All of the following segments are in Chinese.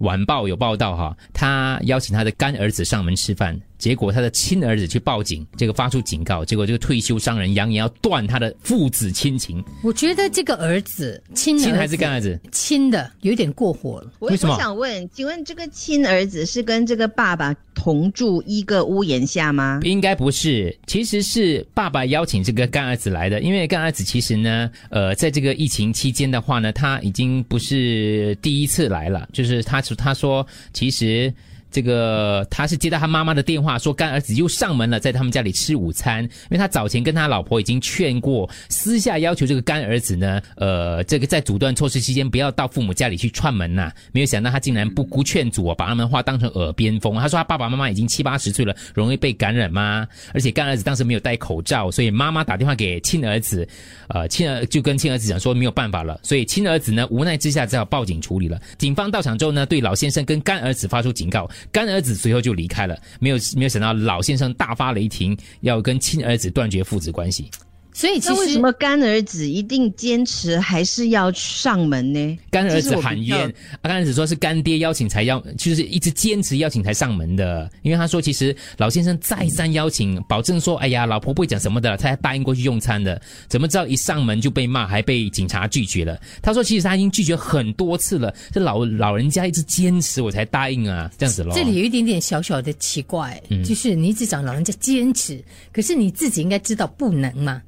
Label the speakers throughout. Speaker 1: 晚报有报道哈，他邀请他的干儿子上门吃饭，结果他的亲儿子去报警，这个发出警告，结果这个退休商人扬言要断他的父子亲情，
Speaker 2: 我觉得这个儿子亲儿子
Speaker 1: 亲还是干嗯儿子？
Speaker 2: 亲的有点过火了。
Speaker 3: 我
Speaker 1: 为什么
Speaker 3: 我想问，请问这个亲儿子是跟这个爸爸同住一个屋檐下吗？
Speaker 1: 应该不是，其实是爸爸邀请这个干儿子来的，因为干儿子其实呢，呃，在这个疫情期间的话呢，他已经不是第一次来了，就是他说他说其实。这个他是接到他妈妈的电话，说干儿子又上门了，在他们家里吃午餐。因为他早前跟他老婆已经劝过，私下要求这个干儿子呢，呃，这个在阻断措施期间不要到父母家里去串门呐、没有想到他竟然不顾劝阻、哦，把他们话当成耳边风。他说他爸爸妈妈已经七八十岁了，容易被感染嘛，而且干儿子当时没有戴口罩，所以妈妈打电话给亲儿子，呃，亲儿就跟亲儿子讲说没有办法了，所以亲儿子呢无奈之下只好报警处理了。警方到场之后呢，对老先生跟干儿子发出警告，干儿子随后就离开了。没有没有想到老先生大发雷霆，要跟亲儿子断绝父子关系。
Speaker 2: 所以其
Speaker 3: 那为什
Speaker 2: 实
Speaker 3: 么干儿子一定坚持还是要上门呢？
Speaker 1: 干儿
Speaker 3: 这是
Speaker 1: 子
Speaker 3: 我
Speaker 1: 喊
Speaker 3: 比较
Speaker 1: 冤，啊，干儿子说是干爹邀请才要，就是一直坚持邀请才上门的。因为他说，其实老先生再三邀请，保证说，哎呀，老婆不会讲什么的，他还答应过去用餐的。怎么知道一上门就被骂，还被警察拒绝了？他说，其实他已经拒绝很多次了，这老老人家一直坚持，我才答应啊，这样子咯。
Speaker 2: 这里有一点点小小的奇怪，
Speaker 1: 嗯
Speaker 2: 就是你一直讲老人家坚持，可是你自己应该知道不能嘛。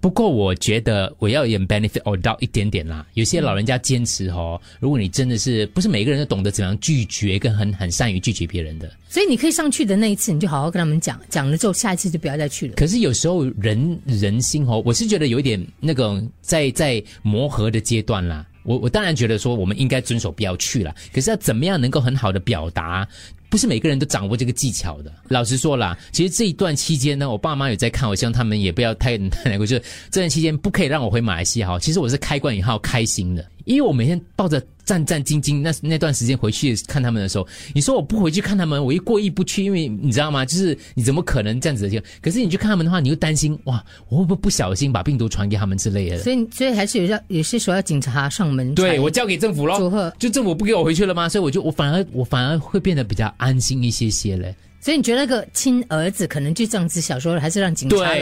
Speaker 1: 不过我觉得我要有 benefit or doubt 一点点啦。有些
Speaker 3: 嗯
Speaker 1: 老人家坚持哦，如果你真的是不是每个人都懂得怎样拒绝，跟很很善于拒绝别人的。
Speaker 2: 所以你可以上去的那一次，你就好好跟他们讲，讲了之后，下一次就不要再去了。
Speaker 1: 可是有时候人人心哦，我是觉得有一点那种在在磨合的阶段啦。我我当然觉得说我们应该遵守不要去啦，可是要怎么样能够很好的表达？不是每个人都掌握这个技巧的。老实说啦，其实这一段期间呢，我爸妈有在看，我希望他们也不要太太难过。就是这段期间不可以让我回马来西亚哈，其实我是开关以后开心的，因为我每天抱着战战兢兢那那段时间回去看他们的时候，你说我不回去看他们，我又过意不去，因为你知道吗？就是你怎么可能这样子的？可是你去看他们的话，你又担心哇，我会不会不小心把病毒传给他们之类的？
Speaker 2: 所以，所以还是有要有些时候要警察上门才。
Speaker 1: 对，我交给政府
Speaker 2: 祝
Speaker 1: 咯
Speaker 2: 贺，
Speaker 1: 就政府不给我回去了吗？所以我就我反而我反而会变得比较安心一些些嘞。
Speaker 2: 所以你觉得那个亲儿子可能就这样子，小时候还是让警察来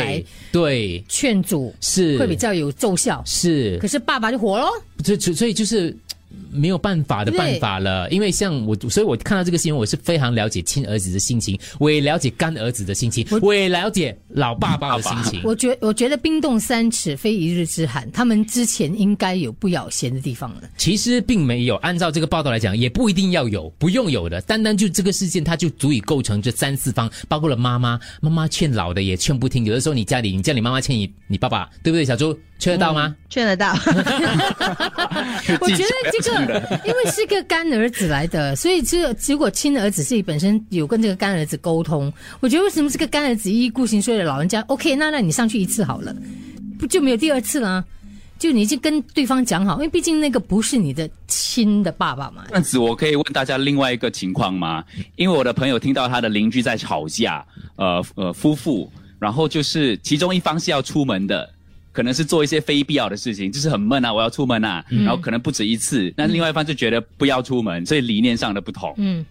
Speaker 1: 对对
Speaker 2: 劝阻
Speaker 1: 是
Speaker 2: 会比较有奏效。
Speaker 1: 是
Speaker 2: 可，是爸爸就火喽，
Speaker 1: 所以所以就是没有办法的办法了，因为像我，所以我看到这个新闻，我是非常了解亲儿子的心情，我也了解干儿子的心情，我也了解老爸爸的心
Speaker 4: 嗯
Speaker 1: 情。
Speaker 2: 我觉我觉得冰冻三尺非一日之寒，他们之前应该有不咬弦的地方了。
Speaker 1: 其实并没有，按照这个报道来讲，也不一定要有，不用有的。单单就这个事件，它就足以构成这三四方，包括了妈妈，妈妈劝老的也劝不听。有的时候你家里，你叫你妈妈劝你，你爸爸，对不对？小猪劝得到吗？
Speaker 3: 劝得到，
Speaker 2: 我觉得这个因为是个干儿子来的，所以这如果亲儿子自己本身有跟这个干儿子沟通，我觉得为什么这个干儿子一意孤行说的老人家 OK，那那你上去一次好了，不就没有第二次啦？就你已经跟对方讲好，因为毕竟那个不是你的亲的爸爸嘛。
Speaker 4: 这样子我可以问大家另外一个情况吗？因为我的朋友听到他的邻居在吵架，呃呃夫妇，然后就是其中一方是要出门的，可能是做一些非必要的事情，就是很闷啊，我要出门啊，
Speaker 2: 嗯
Speaker 4: 然后可能不止一次，那另外一方就觉得不要出门，所以理念上的不同，
Speaker 2: 嗯，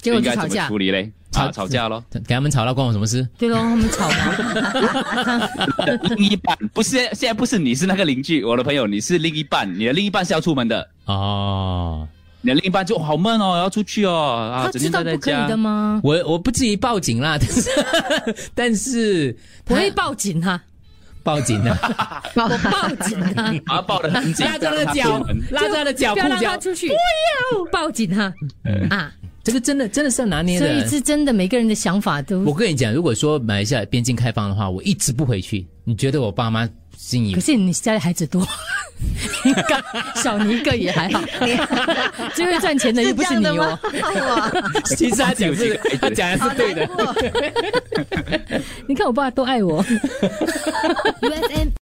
Speaker 2: 结果
Speaker 4: 应
Speaker 2: 就
Speaker 4: 该
Speaker 2: 吵
Speaker 4: 怎么
Speaker 2: 架
Speaker 4: 处，理嘞？
Speaker 1: 吵
Speaker 4: 啊，吵架咯。
Speaker 1: 给他们吵到关我什么事？
Speaker 2: 对喽，他们吵嘛。
Speaker 4: 另一半不是现在不是你是那个邻居，我的朋友你是另一半，你的另一半是要出门的，
Speaker 1: 哦。
Speaker 4: 你的另一半就、哦好闷哦，要出去哦， 啊，
Speaker 2: 他
Speaker 4: 整
Speaker 2: 知
Speaker 4: 天
Speaker 2: 道
Speaker 4: 待在
Speaker 2: 不可以
Speaker 4: 家
Speaker 2: 的。吗？
Speaker 1: 我我不至于报警啦，但是 但是
Speaker 2: 我
Speaker 1: 他
Speaker 2: 会报警哈、
Speaker 1: 报警啊了，
Speaker 2: 我报警哈、
Speaker 4: 啊，抱得很 紧，
Speaker 1: 拉着他的
Speaker 4: 不
Speaker 1: 脚
Speaker 4: 让出门，
Speaker 1: 拉着他的脚
Speaker 2: 不
Speaker 1: 裤
Speaker 2: 要让
Speaker 1: 脚
Speaker 2: 他，出去，不要报警哈、啊！
Speaker 1: 这个真的真的是要拿捏
Speaker 2: 所
Speaker 1: 的。
Speaker 2: 以是真的，每个人的想法
Speaker 1: 我
Speaker 2: 都。
Speaker 1: 跟你讲，如果说马来西亚边境开放的话，我一直不回去，你觉得我爸妈心里
Speaker 2: 可是你家里孩子 多，你刚小你一个也还好， 最会赚钱的又不是你
Speaker 3: 这样的
Speaker 2: 哦
Speaker 3: 吗。？哇，
Speaker 1: 其实他讲是 他讲的是对的。
Speaker 2: 你看我爸多爱我。